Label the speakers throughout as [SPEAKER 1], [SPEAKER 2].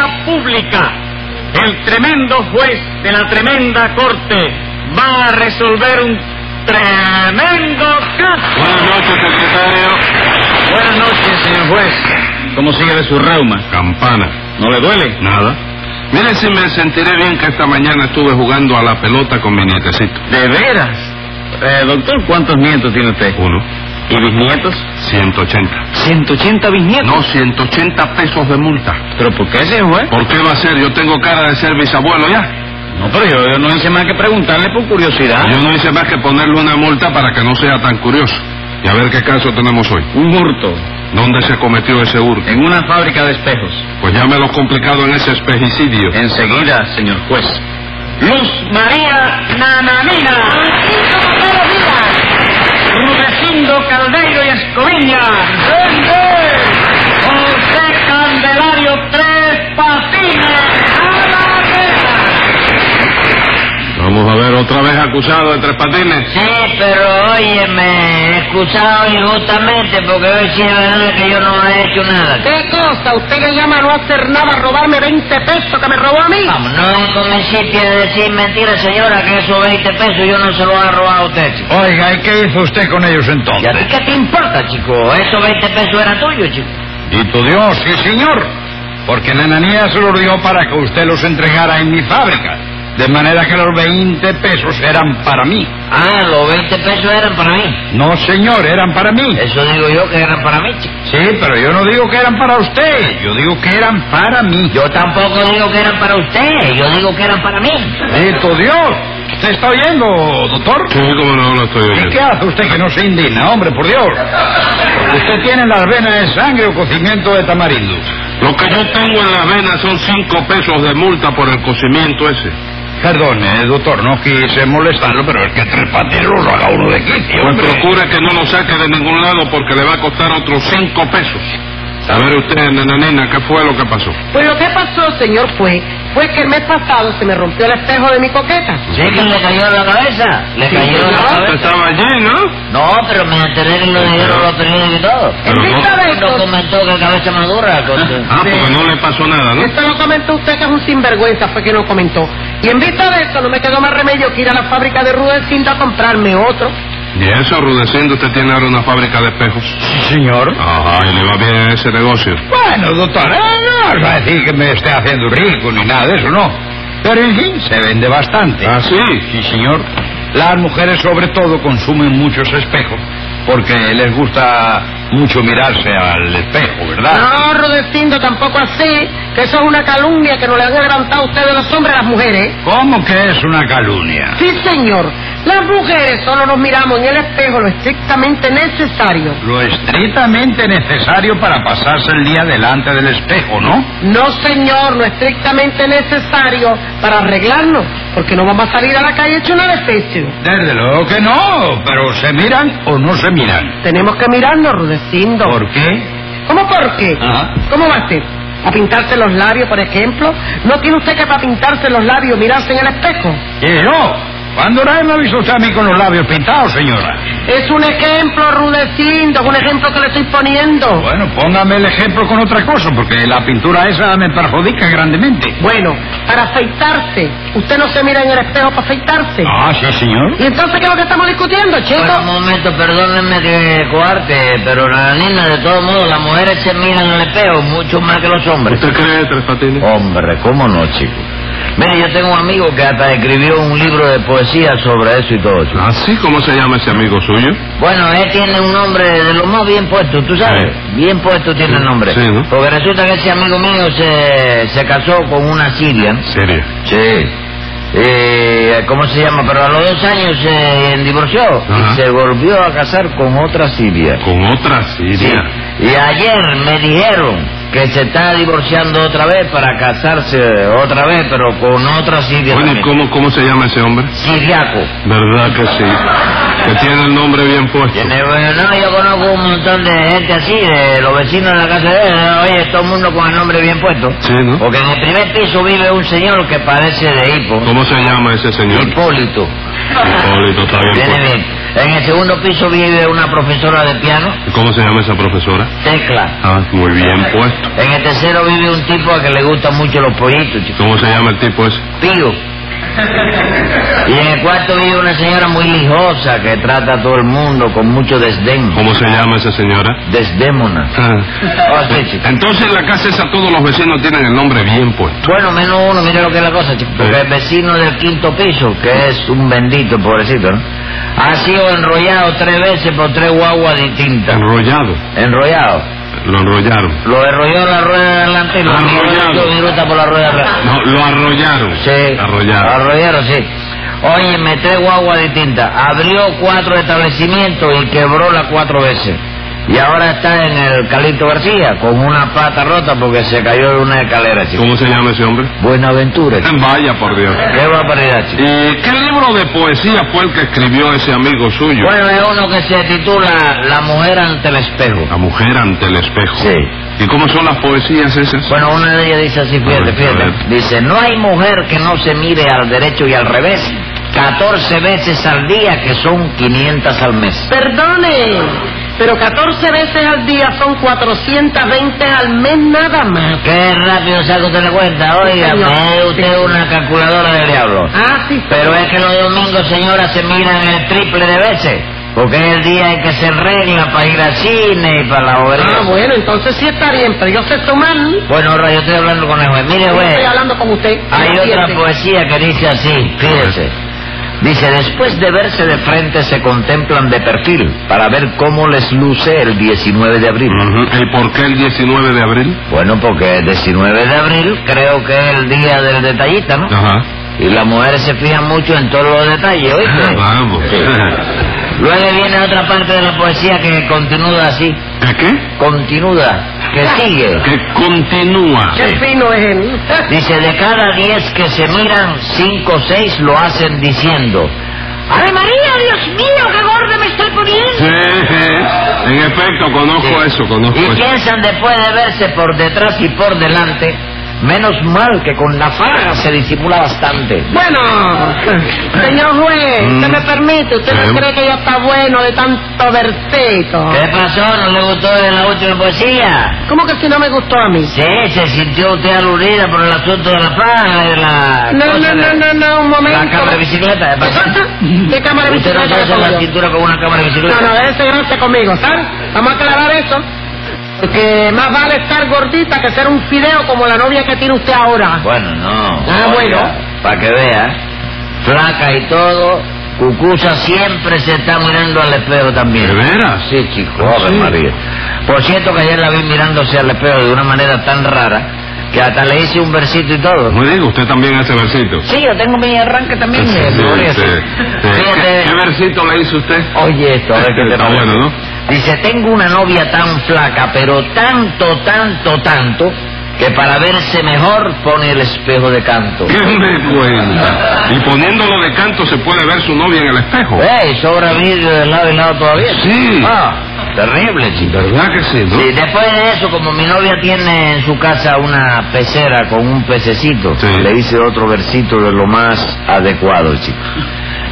[SPEAKER 1] República, el tremendo juez de la tremenda corte va a resolver un tremendo caso.
[SPEAKER 2] Buenas noches, secretario.
[SPEAKER 1] Buenas noches, señor juez. ¿Cómo sigue de su reuma?
[SPEAKER 2] Campana.
[SPEAKER 1] ¿No le duele?
[SPEAKER 2] Nada. Mire si me sentiré bien que esta mañana estuve jugando a la pelota con mi nietecito.
[SPEAKER 1] ¿De veras? Eh, doctor, ¿cuántos nietos tiene usted?
[SPEAKER 2] Uno.
[SPEAKER 1] ¿Y bisnietos?
[SPEAKER 2] 180.
[SPEAKER 1] ¿180 bisnietos?
[SPEAKER 2] No, 180 pesos de multa.
[SPEAKER 1] ¿Pero por qué, señor juez?
[SPEAKER 2] ¿Por qué va a ser? Yo tengo cara de ser bisabuelo ya.
[SPEAKER 1] No, pero yo, yo no hice más que preguntarle por curiosidad.
[SPEAKER 2] Yo no hice más que ponerle una multa para que no sea tan curioso. Y a ver qué caso tenemos hoy.
[SPEAKER 1] Un hurto
[SPEAKER 2] ¿Dónde se cometió ese hurto?
[SPEAKER 1] en una fábrica de espejos.
[SPEAKER 2] Pues ya me lo complicado en ese espejicidio.
[SPEAKER 1] Enseguida, señor juez. Luz María Nananina. Rudecindo Caldeiro y Escoviña. José Candelario Tres Patines.
[SPEAKER 2] Vamos a ver otra vez acusado de tres patines.
[SPEAKER 3] Sí, pero óyeme, excusado injustamente porque hoy sí es verdad que yo no he hecho nada.
[SPEAKER 4] ¿Qué cosa? ¿Usted le llama a no hacer nada, a robarme 20 pesos que me robó a mí?
[SPEAKER 3] Vamos, no comencé a decir mentiras, señora, que esos 20 pesos yo no se los he robado a usted, chico.
[SPEAKER 5] Oiga, ¿y qué hizo usted con ellos
[SPEAKER 3] ¿Y a ti
[SPEAKER 5] entonces?
[SPEAKER 3] qué te importa, chico? Esos 20 pesos eran tuyos, chico.
[SPEAKER 5] Y tu Dios, sí señor. Porque Nananía se los dio para que usted los entregara en mi fábrica. De manera que los 20 pesos eran para mí.
[SPEAKER 3] Ah, los 20 pesos eran para mí.
[SPEAKER 5] No, señor, eran para mí.
[SPEAKER 3] Eso digo yo que eran para mí, chico.
[SPEAKER 5] Eh, Sí, pero yo no digo que eran para usted. Yo digo que eran para mí.
[SPEAKER 3] Yo tampoco digo que eran para usted, yo digo que eran para mí.
[SPEAKER 5] Y tu Dios. ¿Usted está oyendo, doctor?
[SPEAKER 2] Sí, como no lo estoy
[SPEAKER 5] ¿Y
[SPEAKER 2] oyendo.
[SPEAKER 5] qué hace usted que no se indigna, hombre, por Dios? ¿Usted tiene las venas de sangre o cocimiento de tamarindo?
[SPEAKER 2] Lo que yo tengo en las venas son cinco pesos de multa por el cocimiento ese.
[SPEAKER 3] Eh,
[SPEAKER 5] Perdone, doctor, no quise molestarlo, pero es que tres patineros lo haga uno de quicio,
[SPEAKER 2] Pues
[SPEAKER 5] hombre.
[SPEAKER 2] procure que no lo saque de ningún lado porque le va a costar otros cinco pesos. A ver usted, nananina, ¿qué fue lo que pasó?
[SPEAKER 4] Pues lo que pasó, señor, fue, fue que el mes pasado se me rompió el espejo de mi coqueta.
[SPEAKER 3] ¿Sí que le cayó en la cabeza? Le
[SPEAKER 4] Sí,
[SPEAKER 3] cayó en la
[SPEAKER 4] señor.
[SPEAKER 3] cabeza.
[SPEAKER 2] Usted estaba allí, ¿no?
[SPEAKER 3] No, pero me enteré que lo dijeron los periódicos y todo.
[SPEAKER 2] Pero no-
[SPEAKER 4] vista de
[SPEAKER 3] No
[SPEAKER 4] esto,
[SPEAKER 3] comentó que cabeza madura. Con...
[SPEAKER 2] Ah, porque no le pasó nada, ¿no?
[SPEAKER 4] esto lo comentó usted que es un sinvergüenza, fue que no comentó. Y en vista de esto, no me quedó más remedio que ir a la fábrica de Rudecindo a comprarme otro.
[SPEAKER 2] Y eso, Rudecindo, usted tiene ahora una fábrica de espejos.
[SPEAKER 5] Sí, señor.
[SPEAKER 2] Ajá, y le va bien a ese negocio.
[SPEAKER 5] Bueno, doctor, eh, no os va a decir que me esté haciendo rico ni nada de eso, no. Pero en fin, se vende bastante.
[SPEAKER 2] Ah, sí.
[SPEAKER 5] Sí, señor. Las mujeres sobre todo consumen muchos espejos porque les gusta mucho mirarse al espejo, ¿verdad?
[SPEAKER 4] No, Rudecindo, tampoco así, que eso es una calumnia que no le han adelantado ustedes los hombres a las mujeres.
[SPEAKER 5] ¿Cómo que es una calumnia?
[SPEAKER 4] Sí, señor. Las mujeres solo nos miramos en el espejo lo estrictamente necesario.
[SPEAKER 5] Lo estrictamente necesario para pasarse el día delante del espejo, ¿no?
[SPEAKER 4] No, señor, no estrictamente necesario para arreglarnos, porque no vamos a salir a la calle hecho un edificio.
[SPEAKER 5] Desde luego que no, pero ¿se miran o no se miran?
[SPEAKER 4] Tenemos que mirarnos, Rudecindo.
[SPEAKER 5] ¿Por qué?
[SPEAKER 4] ¿Cómo por qué?
[SPEAKER 3] Ah.
[SPEAKER 5] Ajá.
[SPEAKER 4] ¿Cómo va a ser? ¿A pintarse los labios, por ejemplo? ¿No tiene usted que para pintarse los labios mirarse en el espejo?
[SPEAKER 5] ¿Y yo? ¿Cuándo no me ha visto usted a mí con los labios pintados, señora?
[SPEAKER 4] Es un ejemplo, Rudecindo, es un ejemplo que le estoy poniendo.
[SPEAKER 5] Bueno, póngame el ejemplo con otra cosa, porque la pintura esa me perjudica grandemente.
[SPEAKER 4] Bueno, para afeitarse, usted no se mira en el espejo para afeitarse.
[SPEAKER 5] Ah, sí, señor.
[SPEAKER 4] ¿Y entonces qué es lo que estamos discutiendo,
[SPEAKER 3] Bueno, un
[SPEAKER 4] chicos?
[SPEAKER 3] momento, perdónenme que coarte, pero la nena, de todos modos, las mujeres se miran en el espejo mucho más que los hombres.
[SPEAKER 2] ¿Usted cree, Tres Patines?
[SPEAKER 3] Hombre, ¿cómo no, chico? Mire, yo tengo un amigo que hasta escribió un libro de poesía sobre eso y todo, chico.
[SPEAKER 2] ¿Ah, sí? ¿Cómo se llama ese amigo suyo?
[SPEAKER 3] Bueno, él tiene un nombre de lo más bien puesto, ¿tú sabes? Bien puesto tiene el nombre.
[SPEAKER 2] Sí, ¿no?
[SPEAKER 3] Porque resulta que ese amigo mío se, se casó con una siria.
[SPEAKER 2] Serio.
[SPEAKER 3] Sí. Eh, ¿Cómo se llama? Pero a los dos años se eh, divorció
[SPEAKER 2] Ajá.
[SPEAKER 3] y se volvió a casar con otra siria.
[SPEAKER 2] Con otra
[SPEAKER 3] Sí.
[SPEAKER 2] siria.
[SPEAKER 3] Y ayer me dijeron que se está divorciando otra vez para casarse otra vez, pero con otra siria.
[SPEAKER 2] Bueno, ¿y
[SPEAKER 3] también.
[SPEAKER 2] cómo, cómo se llama ese hombre?
[SPEAKER 3] Siriaco.
[SPEAKER 2] ¿Verdad que sí? Que tiene el nombre bien puesto.
[SPEAKER 3] Tiene- bueno, no, yo conozco un montón de gente así, de los vecinos de la casa de él. Oye, todo el mundo con el nombre bien puesto.
[SPEAKER 2] Sí, ¿no?
[SPEAKER 3] Porque en el primer piso vive un señor que padece de hipo.
[SPEAKER 2] ¿Cómo se llama ese señor? pues.
[SPEAKER 3] Hipólito.
[SPEAKER 2] Hipólito, está bien
[SPEAKER 3] Viene
[SPEAKER 2] puesto.
[SPEAKER 3] bien. En el segundo piso vive una profesora de piano,
[SPEAKER 2] ¿Cómo se llama esa profesora?
[SPEAKER 3] Tecla.
[SPEAKER 2] Ah, muy bien puesto.
[SPEAKER 3] En el tercero vive un tipo a que le gustan mucho los pollitos, chico.
[SPEAKER 2] ¿Cómo se llama el tipo ese?
[SPEAKER 3] Pío. Y en el cuarto vive una señora muy lijosa que trata a todo el mundo con mucho desdén.
[SPEAKER 2] ¿Cómo se llama esa señora?
[SPEAKER 3] Desdémona.
[SPEAKER 2] Ah.
[SPEAKER 3] Oh, sí, chico.
[SPEAKER 2] Entonces en la casa esa todos los vecinos tienen el nombre bien puesto.
[SPEAKER 3] Bueno, menos uno, mire lo que es la cosa, chico, porque
[SPEAKER 2] Sí.
[SPEAKER 3] el vecino del quinto piso, que es un bendito, pobrecito, ¿no? Ha sido enrollado tres veces por tres guaguas distintas.
[SPEAKER 2] Enrollado.
[SPEAKER 3] Enrollado.
[SPEAKER 2] Lo enrollaron.
[SPEAKER 3] Lo enrolló la rueda de adelante y lo
[SPEAKER 2] Arrollado.
[SPEAKER 3] enrolló viruta por la rueda de atrás.
[SPEAKER 2] No, lo arrollaron.
[SPEAKER 3] Sí.
[SPEAKER 2] Arrollaron.
[SPEAKER 3] Arrollaron, sí. Oye, me tres guaguas distintas. Abrió cuatro establecimientos y quebró las cuatro veces. Y ahora está en el Calito García con una pata rota porque se cayó de una escalera, chico.
[SPEAKER 2] ¿Cómo se llama ese hombre?
[SPEAKER 3] Buenaventura, chico.
[SPEAKER 2] Vaya por Dios.
[SPEAKER 3] Qué barbaridad, chico.
[SPEAKER 2] ¿Y qué libro de poesía fue el que escribió ese amigo suyo?
[SPEAKER 3] Bueno, es uno que se titula La mujer ante el espejo.
[SPEAKER 2] La mujer ante el espejo.
[SPEAKER 3] Sí.
[SPEAKER 2] ¿Y cómo son las poesías esas?
[SPEAKER 3] Bueno, una de ellas dice así,
[SPEAKER 2] A
[SPEAKER 3] fíjate,
[SPEAKER 2] ver, a ver.
[SPEAKER 3] fíjate. Dice, no hay mujer que no se mire al derecho y al revés 14 veces al día, que son 500 al mes.
[SPEAKER 4] Perdone, pero 14 veces al día son 420 al mes nada más.
[SPEAKER 3] Qué rápido saca usted la cuenta, oiga,
[SPEAKER 4] señor.
[SPEAKER 3] es usted una calculadora del diablo.
[SPEAKER 4] Ah, sí.
[SPEAKER 3] Pero es que los domingos, señora, se miran el triple de veces, porque es el día en que se regla para ir al cine y para la bobería.
[SPEAKER 4] Ah, bueno, entonces sí está bien, pero yo sé tomar. ¿no?
[SPEAKER 3] Bueno, ahora yo estoy hablando con el juez. Mire,
[SPEAKER 4] Yo
[SPEAKER 3] juez.
[SPEAKER 4] Estoy hablando con usted.
[SPEAKER 3] Hay
[SPEAKER 4] ¿Me
[SPEAKER 3] otra
[SPEAKER 4] entiende?
[SPEAKER 3] poesía que dice así, fíjese. Dice, después de verse de frente se contemplan de perfil para ver cómo les luce el 19 de abril.
[SPEAKER 2] Ujú. ¿Y por qué el 19 de abril?
[SPEAKER 3] Bueno, porque el 19 de abril creo que es el día del detallista, ¿no?
[SPEAKER 2] Ajá.
[SPEAKER 3] Y las mujeres se fijan mucho en todos los detalles, ¿oíste?
[SPEAKER 2] Vamos.
[SPEAKER 3] Sí. Luego viene otra parte de la poesía que continúa así,
[SPEAKER 2] ¿Qué qué?
[SPEAKER 3] continúa, que sigue.
[SPEAKER 2] Que continúa.
[SPEAKER 4] Qué fino es él.
[SPEAKER 3] Dice, de cada diez que se miran, cinco o seis lo hacen diciendo.
[SPEAKER 6] ¡Ave María, Dios mío, qué gorda me estoy
[SPEAKER 2] Sí,
[SPEAKER 6] poniendo!
[SPEAKER 2] en efecto, conozco eso, conozco
[SPEAKER 3] Y
[SPEAKER 2] eso.
[SPEAKER 3] piensan después de verse por detrás y por delante, menos mal que con la faja se disimula bastante.
[SPEAKER 4] Bueno, señor juez, ¿usted
[SPEAKER 2] Mm.
[SPEAKER 4] me permite? ¿Usted
[SPEAKER 2] Sí.
[SPEAKER 3] Eh.
[SPEAKER 4] no cree que ya está bueno de tanto versito?
[SPEAKER 3] ¿Qué pasó? ¿No le gustó de la última poesía?
[SPEAKER 4] ¿Cómo que si no me gustó a mí?
[SPEAKER 3] Sí, se sintió usted aludida por el asunto de la faja y de la...
[SPEAKER 4] No,
[SPEAKER 3] cosa
[SPEAKER 4] no,
[SPEAKER 3] de-
[SPEAKER 4] no, no, no, un
[SPEAKER 3] La
[SPEAKER 4] momento.
[SPEAKER 3] cámara de bicicleta, ¿eh?
[SPEAKER 4] ¿Qué cámara de
[SPEAKER 3] ¿Usted no se
[SPEAKER 4] bicicleta?
[SPEAKER 3] hace la
[SPEAKER 4] le pongo?
[SPEAKER 3] cintura con una cámara de bicicleta?
[SPEAKER 4] No, no, déjese gracia conmigo, ¿sabes? Vamos a aclarar eso. Porque más vale estar gordita que ser un fideo como la novia que tiene usted ahora.
[SPEAKER 3] Bueno, no.
[SPEAKER 4] Ah, bueno.
[SPEAKER 3] Para que vea, flaca y todo, Cucusa siempre se está mirando al espejo también.
[SPEAKER 2] ¿De veras?
[SPEAKER 3] Sí, chico.
[SPEAKER 2] Ah, sí.
[SPEAKER 3] Ave María. Por cierto que ayer la vi mirándose al espejo de una manera tan rara que hasta le hice un versito y todo.
[SPEAKER 2] Me digo, usted también hace versitos.
[SPEAKER 3] Sí, yo tengo mi arranque también.
[SPEAKER 2] Sí,
[SPEAKER 3] eh,
[SPEAKER 2] sí,
[SPEAKER 3] por eso.
[SPEAKER 2] sí.
[SPEAKER 3] Fíjate.
[SPEAKER 5] Eh,
[SPEAKER 2] ¿Qué, qué versito le hizo usted?
[SPEAKER 3] Oye esto, a ver qué te
[SPEAKER 2] Está
[SPEAKER 3] parece.
[SPEAKER 2] bueno, ¿no?
[SPEAKER 3] Dice, tengo una novia tan flaca, pero tanto, tanto, tanto, que para verse mejor pone el espejo de canto.
[SPEAKER 2] ¿Qué me cuenta? Y poniéndolo de canto se puede ver su novia en el espejo.
[SPEAKER 3] ¡Ey! Eh, Sobra vidrio de lado y lado todavía.
[SPEAKER 2] Sí.
[SPEAKER 3] Ah, terrible, chico.
[SPEAKER 2] ¿Verdad que sí, no?
[SPEAKER 3] Sí, después de eso, como mi novia tiene en su casa una pecera con un pececito,
[SPEAKER 2] Sí.
[SPEAKER 3] le hice otro versito de lo más adecuado, chico.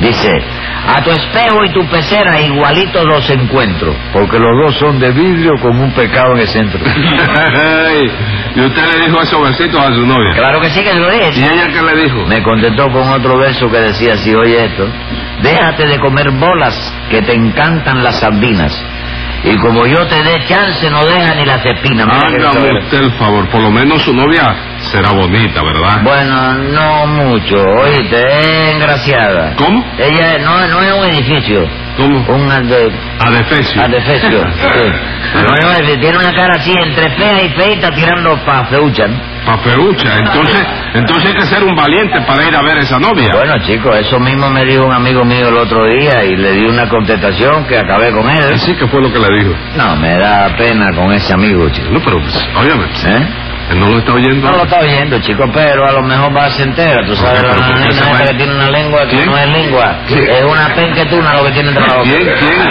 [SPEAKER 3] Dice, a tu espejo y tu pecera igualitos los encuentro, porque los dos son de vidrio con un pecado en el centro.
[SPEAKER 2] Ay, y usted le dijo esos versitos a su novia.
[SPEAKER 3] claro que sí que lo es.
[SPEAKER 2] ¿Y ella qué le dijo?
[SPEAKER 3] Me contestó con otro verso que decía así, oye esto, déjate de comer bolas que te encantan las sardinas. Y como yo te dé chance, no deja ni las espinas. Mira qué
[SPEAKER 2] Hágame
[SPEAKER 3] suave.
[SPEAKER 2] usted el favor, por lo menos su novia será bonita, ¿verdad?
[SPEAKER 3] Bueno, no mucho, oíste, es engraciada.
[SPEAKER 2] ¿Cómo?
[SPEAKER 3] Ella no, no es un edificio,
[SPEAKER 2] ¿Cómo?
[SPEAKER 3] un ade-
[SPEAKER 2] Adefesio.
[SPEAKER 3] adefesio. sí. No es un edificio, tiene una cara así entre fea y feita tirando pa' feucha. ¿no?
[SPEAKER 2] Papeucha, entonces, entonces hay que ser un valiente para ir a ver esa novia.
[SPEAKER 3] Bueno, chicos, eso mismo me dijo un amigo mío el otro día y le di una contestación que acabé con él.
[SPEAKER 2] Así que fue lo que le dijo.
[SPEAKER 3] No, me da pena con ese amigo, chico.
[SPEAKER 2] No, pero, pues, óyame, pues,
[SPEAKER 3] ¿Eh?
[SPEAKER 2] él no lo está oyendo.
[SPEAKER 3] No lo está oyendo, chico, pero a lo mejor va a se entera. Tú sabes, la
[SPEAKER 2] Pero, ¿por qué
[SPEAKER 3] nena
[SPEAKER 2] se va?
[SPEAKER 3] esta que tiene una lengua que
[SPEAKER 2] ¿Quién?
[SPEAKER 3] no es lengua.
[SPEAKER 2] ¿Quién?
[SPEAKER 3] Es una penquetuna lo que tiene entre la boca.
[SPEAKER 2] ¿Quién? ¿Quién?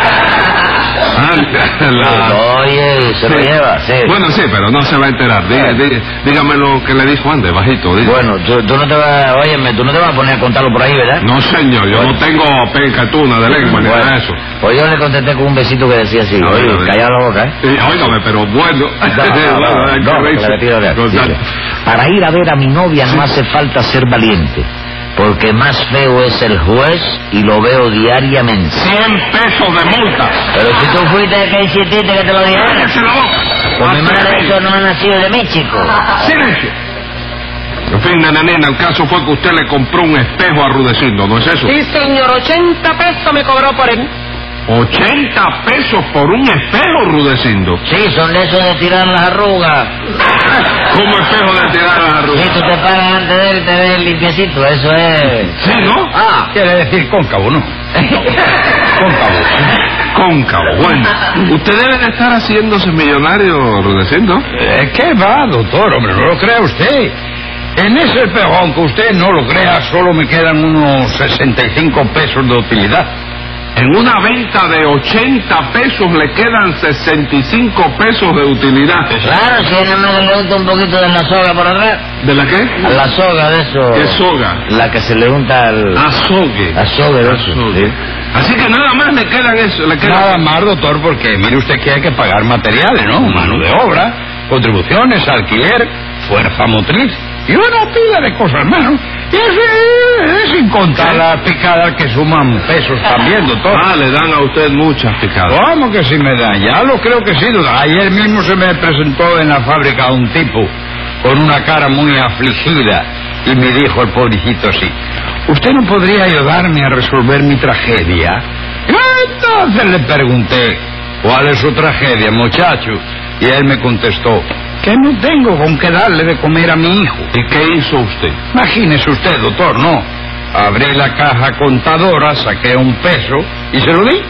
[SPEAKER 2] Anda, Ah, la-
[SPEAKER 3] Oye, se lo
[SPEAKER 2] Sí.
[SPEAKER 3] lleva, sí.
[SPEAKER 2] Bueno, sí, pero no se va a enterar. Diga- di- dígame lo que le dijo antes, bajito. diga.
[SPEAKER 3] Bueno, tú, tú no te vas, óyeme, tú no te vas a poner a contarlo por ahí, ¿verdad?
[SPEAKER 2] No, señor, yo no tengo pencatuna de lengua ni nada de eso.
[SPEAKER 3] Pues yo le contesté con un besito que decía así,
[SPEAKER 2] A ver, a
[SPEAKER 3] oye,
[SPEAKER 2] ver.
[SPEAKER 3] calla la boca, ¿eh?
[SPEAKER 2] Sí, óigame, pero bueno.
[SPEAKER 3] No, no, no,
[SPEAKER 2] Bueno,
[SPEAKER 3] no,
[SPEAKER 2] qué
[SPEAKER 3] que le tiro de aquí,
[SPEAKER 2] risa.
[SPEAKER 3] mire. Para ir a ver a mi novia no hace falta ser valiente, porque más feo es el juez y lo veo diariamente.
[SPEAKER 2] 100 pesos de multa.
[SPEAKER 3] Pero si tú fuiste el que insististe que te lo dijeran,
[SPEAKER 2] ¡Cállese la boca!
[SPEAKER 3] pues mi madre eso no ha nacido de mí, chico.
[SPEAKER 2] ¡Silencio! En fin, nananina, el caso fue que usted le compró un espejo a Rudecindo, ¿no es eso?
[SPEAKER 4] Sí, señor, 80 pesos me cobró por él.
[SPEAKER 2] 80 pesos por un espejo, Rudecindo.
[SPEAKER 3] Sí, son de esos de tirar las arrugas.
[SPEAKER 2] ¿Cómo espejo de tirar a
[SPEAKER 3] Si tú
[SPEAKER 2] Rudecindo?
[SPEAKER 3] te paras antes de él, te ves limpiecito, eso es...
[SPEAKER 2] Sí, ¿no?
[SPEAKER 3] Ah,
[SPEAKER 5] Quiere decir cóncavo, ¿no?
[SPEAKER 2] Cóncavo. Cóncavo, bueno. Usted debe de estar haciéndose millonario, Rudecindo.
[SPEAKER 5] Eh, ¿Qué va, doctor? Hombre, no lo crea usted. En ese espejo, aunque usted no lo crea, solo me quedan unos 65 pesos de utilidad.
[SPEAKER 2] En una venta de 80 pesos le quedan 65 pesos de utilidad.
[SPEAKER 3] claro, si es nada más que le gusta un poquito de la soga por atrás.
[SPEAKER 2] ¿De la qué?
[SPEAKER 3] A La soga de eso...
[SPEAKER 2] ¿Qué soga?
[SPEAKER 3] La que se le unta al...
[SPEAKER 2] Azogue.
[SPEAKER 3] soga de eso,
[SPEAKER 2] Azogue.
[SPEAKER 3] sí.
[SPEAKER 2] Así que nada más le quedan eso. Le quedan...
[SPEAKER 5] Nada más, doctor, porque mire usted que hay que pagar materiales, ¿no? Mano de obra, contribuciones, alquiler, fuerza motriz y una pila de cosas más, ¿no? Y eso es sin contar las picadas que suman pesos también, doctor.
[SPEAKER 2] Ah, le dan a usted muchas picadas.
[SPEAKER 5] ¿Cómo que sí me da? Ya lo creo que sí. doctor. Ayer mismo se me presentó en la fábrica un tipo con una cara muy afligida y me dijo el pobrecito así, ¿usted no podría ayudarme a resolver mi tragedia? Entonces le pregunté, ¿cuál es su tragedia, muchacho? Y él me contestó, que no tengo con qué darle de comer a mi hijo.
[SPEAKER 2] ¿Y qué hizo usted?
[SPEAKER 5] Imagínese usted, doctor, no. Abrí la caja contadora, saqué un peso y se lo di.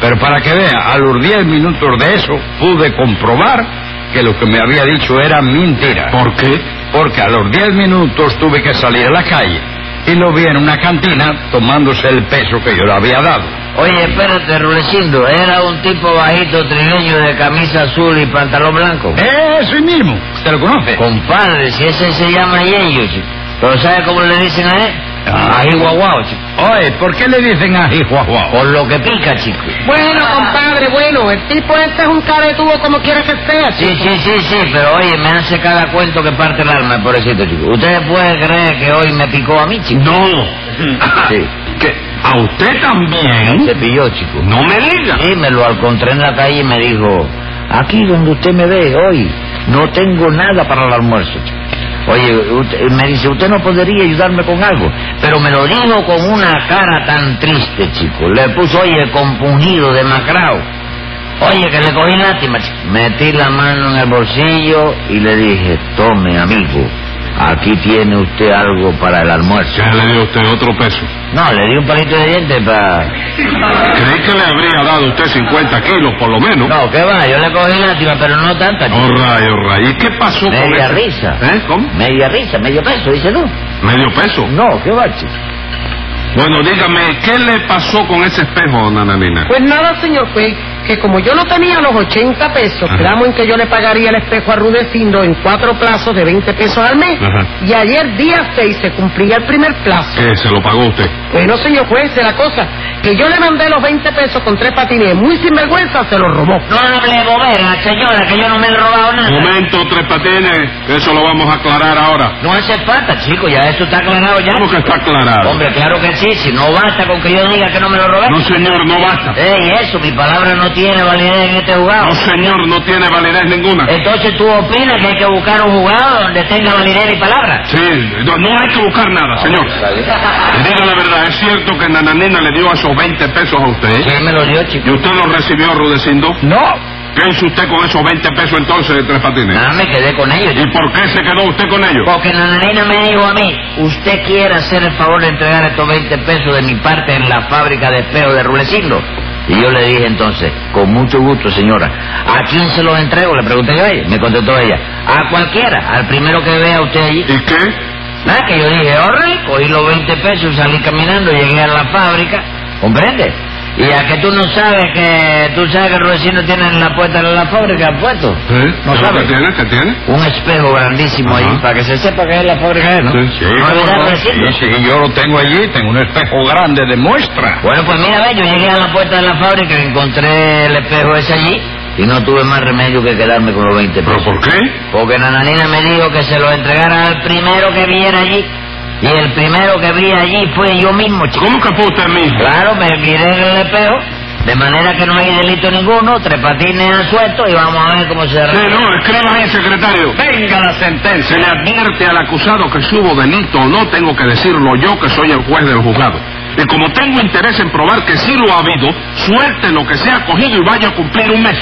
[SPEAKER 5] Pero para que vea, a los 10 minutos de eso pude comprobar que lo que me había dicho era mentira.
[SPEAKER 2] ¿Por qué?
[SPEAKER 5] Porque a los 10 minutos tuve que salir a la calle y lo vi en una cantina tomándose el peso que yo le había dado.
[SPEAKER 3] Oye, espérate, Rulecindo, era un tipo bajito trigueño de camisa azul y pantalón blanco.
[SPEAKER 5] Ese mismo, ¿usted lo conoce?
[SPEAKER 3] Compadre, si ese se llama Yeyo, chico. ¿Pero sabes cómo le dicen a él?
[SPEAKER 5] Ah.
[SPEAKER 3] Ají guaguao, chico.
[SPEAKER 5] Oye, ¿por qué le dicen a Juan?
[SPEAKER 3] Por lo que pica, chico.
[SPEAKER 4] Bueno,
[SPEAKER 2] Ah.
[SPEAKER 4] compadre, bueno, el tipo este es un caretudo como quiera que sea,
[SPEAKER 3] Sí,
[SPEAKER 4] chico.
[SPEAKER 3] sí, sí, sí, pero oye, me hace cada cuento que parte el alma, pobrecito, chico. ¿Ustedes pueden creer que hoy me picó a mí, chico?
[SPEAKER 2] No.
[SPEAKER 3] Sí.
[SPEAKER 2] ¿Qué? ¿A usted también?
[SPEAKER 3] Se pilló, chico.
[SPEAKER 2] No me diga.
[SPEAKER 3] Sí, me lo encontré en la calle y me dijo, aquí donde usted me ve hoy, no tengo nada para el almuerzo. chico". Oye, usted- me dice, usted no podría ayudarme con algo, pero me lo dijo con una cara tan triste, chico. Le puso, oye, compungido, demacrado. Oye, que le cogí lástima, chico. Metí la mano en el bolsillo y le dije, tome, amigo, aquí tiene usted algo para el almuerzo.
[SPEAKER 2] Ya le dio usted otro peso.
[SPEAKER 3] No, le di un palito de dientes para...
[SPEAKER 2] Creí que le habría dado usted 50 kilos, por lo menos.
[SPEAKER 3] No, ¿qué va? Yo le cogí lástima, pero no tanta, chico.
[SPEAKER 2] Oh, ray, oh, ray. ¿Y qué pasó con
[SPEAKER 3] Media
[SPEAKER 2] ese-
[SPEAKER 3] risa.
[SPEAKER 2] ¿Eh? ¿Cómo?
[SPEAKER 3] Media risa, medio peso, dice tú.
[SPEAKER 2] ¿Medio peso?
[SPEAKER 3] No, qué va, chico.
[SPEAKER 2] Bueno, dígame, ¿qué le pasó con ese espejo, nananina?
[SPEAKER 4] Pues nada, señor juez, que como yo no tenía los 80 pesos,
[SPEAKER 2] Ajá.
[SPEAKER 4] quedamos en que yo le pagaría el espejo a Rudecindo en cuatro plazos de 20 pesos al mes.
[SPEAKER 5] Pues,
[SPEAKER 2] Ajá.
[SPEAKER 4] Y ayer, día 6, se cumplía el primer plazo.
[SPEAKER 2] ¿Qué? ¿Se lo pagó usted?
[SPEAKER 5] eh.
[SPEAKER 4] Bueno, señor juez, de la cosa, que yo le mandé los 20 pesos con tres patines, muy sinvergüenza, se los robó.
[SPEAKER 3] No hable bobera, señora, que yo no me he robado nada.
[SPEAKER 2] Momento, tres patines. Eso lo vamos a aclarar ahora.
[SPEAKER 3] No hace falta, chico, ya eso está aclarado ya.
[SPEAKER 2] ¿Cómo que está aclarado?
[SPEAKER 3] Hombre, claro que sí, si no basta con que yo diga que no me lo robé.
[SPEAKER 2] No, señor, no basta.
[SPEAKER 3] Ey, eso, mi palabra no tiene validez en este jugado.
[SPEAKER 2] No, señor, no tiene validez ninguna.
[SPEAKER 3] Entonces tú opinas que hay que buscar un jugado donde tenga validez mi palabra.
[SPEAKER 2] Sí, no, no hay que buscar nada, señor. Diga la verdad, ¿es cierto que Nananina le dio esos 20 pesos a usted?
[SPEAKER 3] ¿Quién me lo dio,
[SPEAKER 2] ¿Y
[SPEAKER 3] chico?
[SPEAKER 2] usted los recibió, Rudecindo?
[SPEAKER 5] No,
[SPEAKER 2] ¿Qué hizo usted con esos 20 pesos entonces, Tres Patines?
[SPEAKER 3] Nada, me quedé con ellos,
[SPEAKER 2] ¿Y por qué se quedó usted con ellos?
[SPEAKER 3] Porque Nananina me dijo a mí, usted quiere hacer el favor de entregar estos 20 pesos de mi parte en la fábrica de espejo de Rulecindo. Y yo le dije entonces, con mucho gusto, señora, ¿a quién se los entrego? Le pregunté yo a ella. Me contestó ella, a cualquiera, al primero que vea usted allí.
[SPEAKER 2] ¿Y qué?
[SPEAKER 3] Nada, "Oh, que yo dije, ahorré, cogí los 20 pesos, salí caminando, llegué a la fábrica, ¿comprende? Y a que tú no sabes que tú sabes que los vecinos tienen la puerta de la fábrica puesto.
[SPEAKER 2] ¿Eh?
[SPEAKER 3] No
[SPEAKER 5] Pues,
[SPEAKER 2] ¿Qué
[SPEAKER 3] sabes.
[SPEAKER 2] tiene? ¿Qué tiene?
[SPEAKER 3] Un espejo grandísimo ahí
[SPEAKER 2] Ajá.
[SPEAKER 3] para que se sepa que es la fábrica, ¿no?
[SPEAKER 2] Sí, sí,
[SPEAKER 3] No olvidar
[SPEAKER 5] cómo no.
[SPEAKER 3] decirlo.
[SPEAKER 5] Sí, sí, yo lo tengo allí, tengo un espejo grande de muestra.
[SPEAKER 3] Bueno, pues mira, ve, yo llegué a la puerta de la fábrica, encontré el espejo ese allí y no tuve más remedio que quedarme con los 20
[SPEAKER 2] ¿Pero
[SPEAKER 3] pesos.
[SPEAKER 2] por qué?
[SPEAKER 3] Porque Nananina me dijo que se lo entregara al primero que viera allí. Y el primero que vi allí fue yo mismo, chico.
[SPEAKER 2] ¿Cómo capó usted mismo?
[SPEAKER 3] Claro, me miré en el espejo, de manera que no hay delito ninguno, tres patines al suelto y vamos a ver cómo se
[SPEAKER 2] Sí,
[SPEAKER 3] arregla.
[SPEAKER 2] no, escriba ahí, secretario.
[SPEAKER 1] Venga la
[SPEAKER 2] Se
[SPEAKER 1] sentencia.
[SPEAKER 2] le advierte al acusado que si hubo delito o no, tengo que decirlo yo, que soy el juez del juzgado. Y como tengo interés en probar que sí lo ha habido, suelte lo que sea cogido y vaya a cumplir un mes.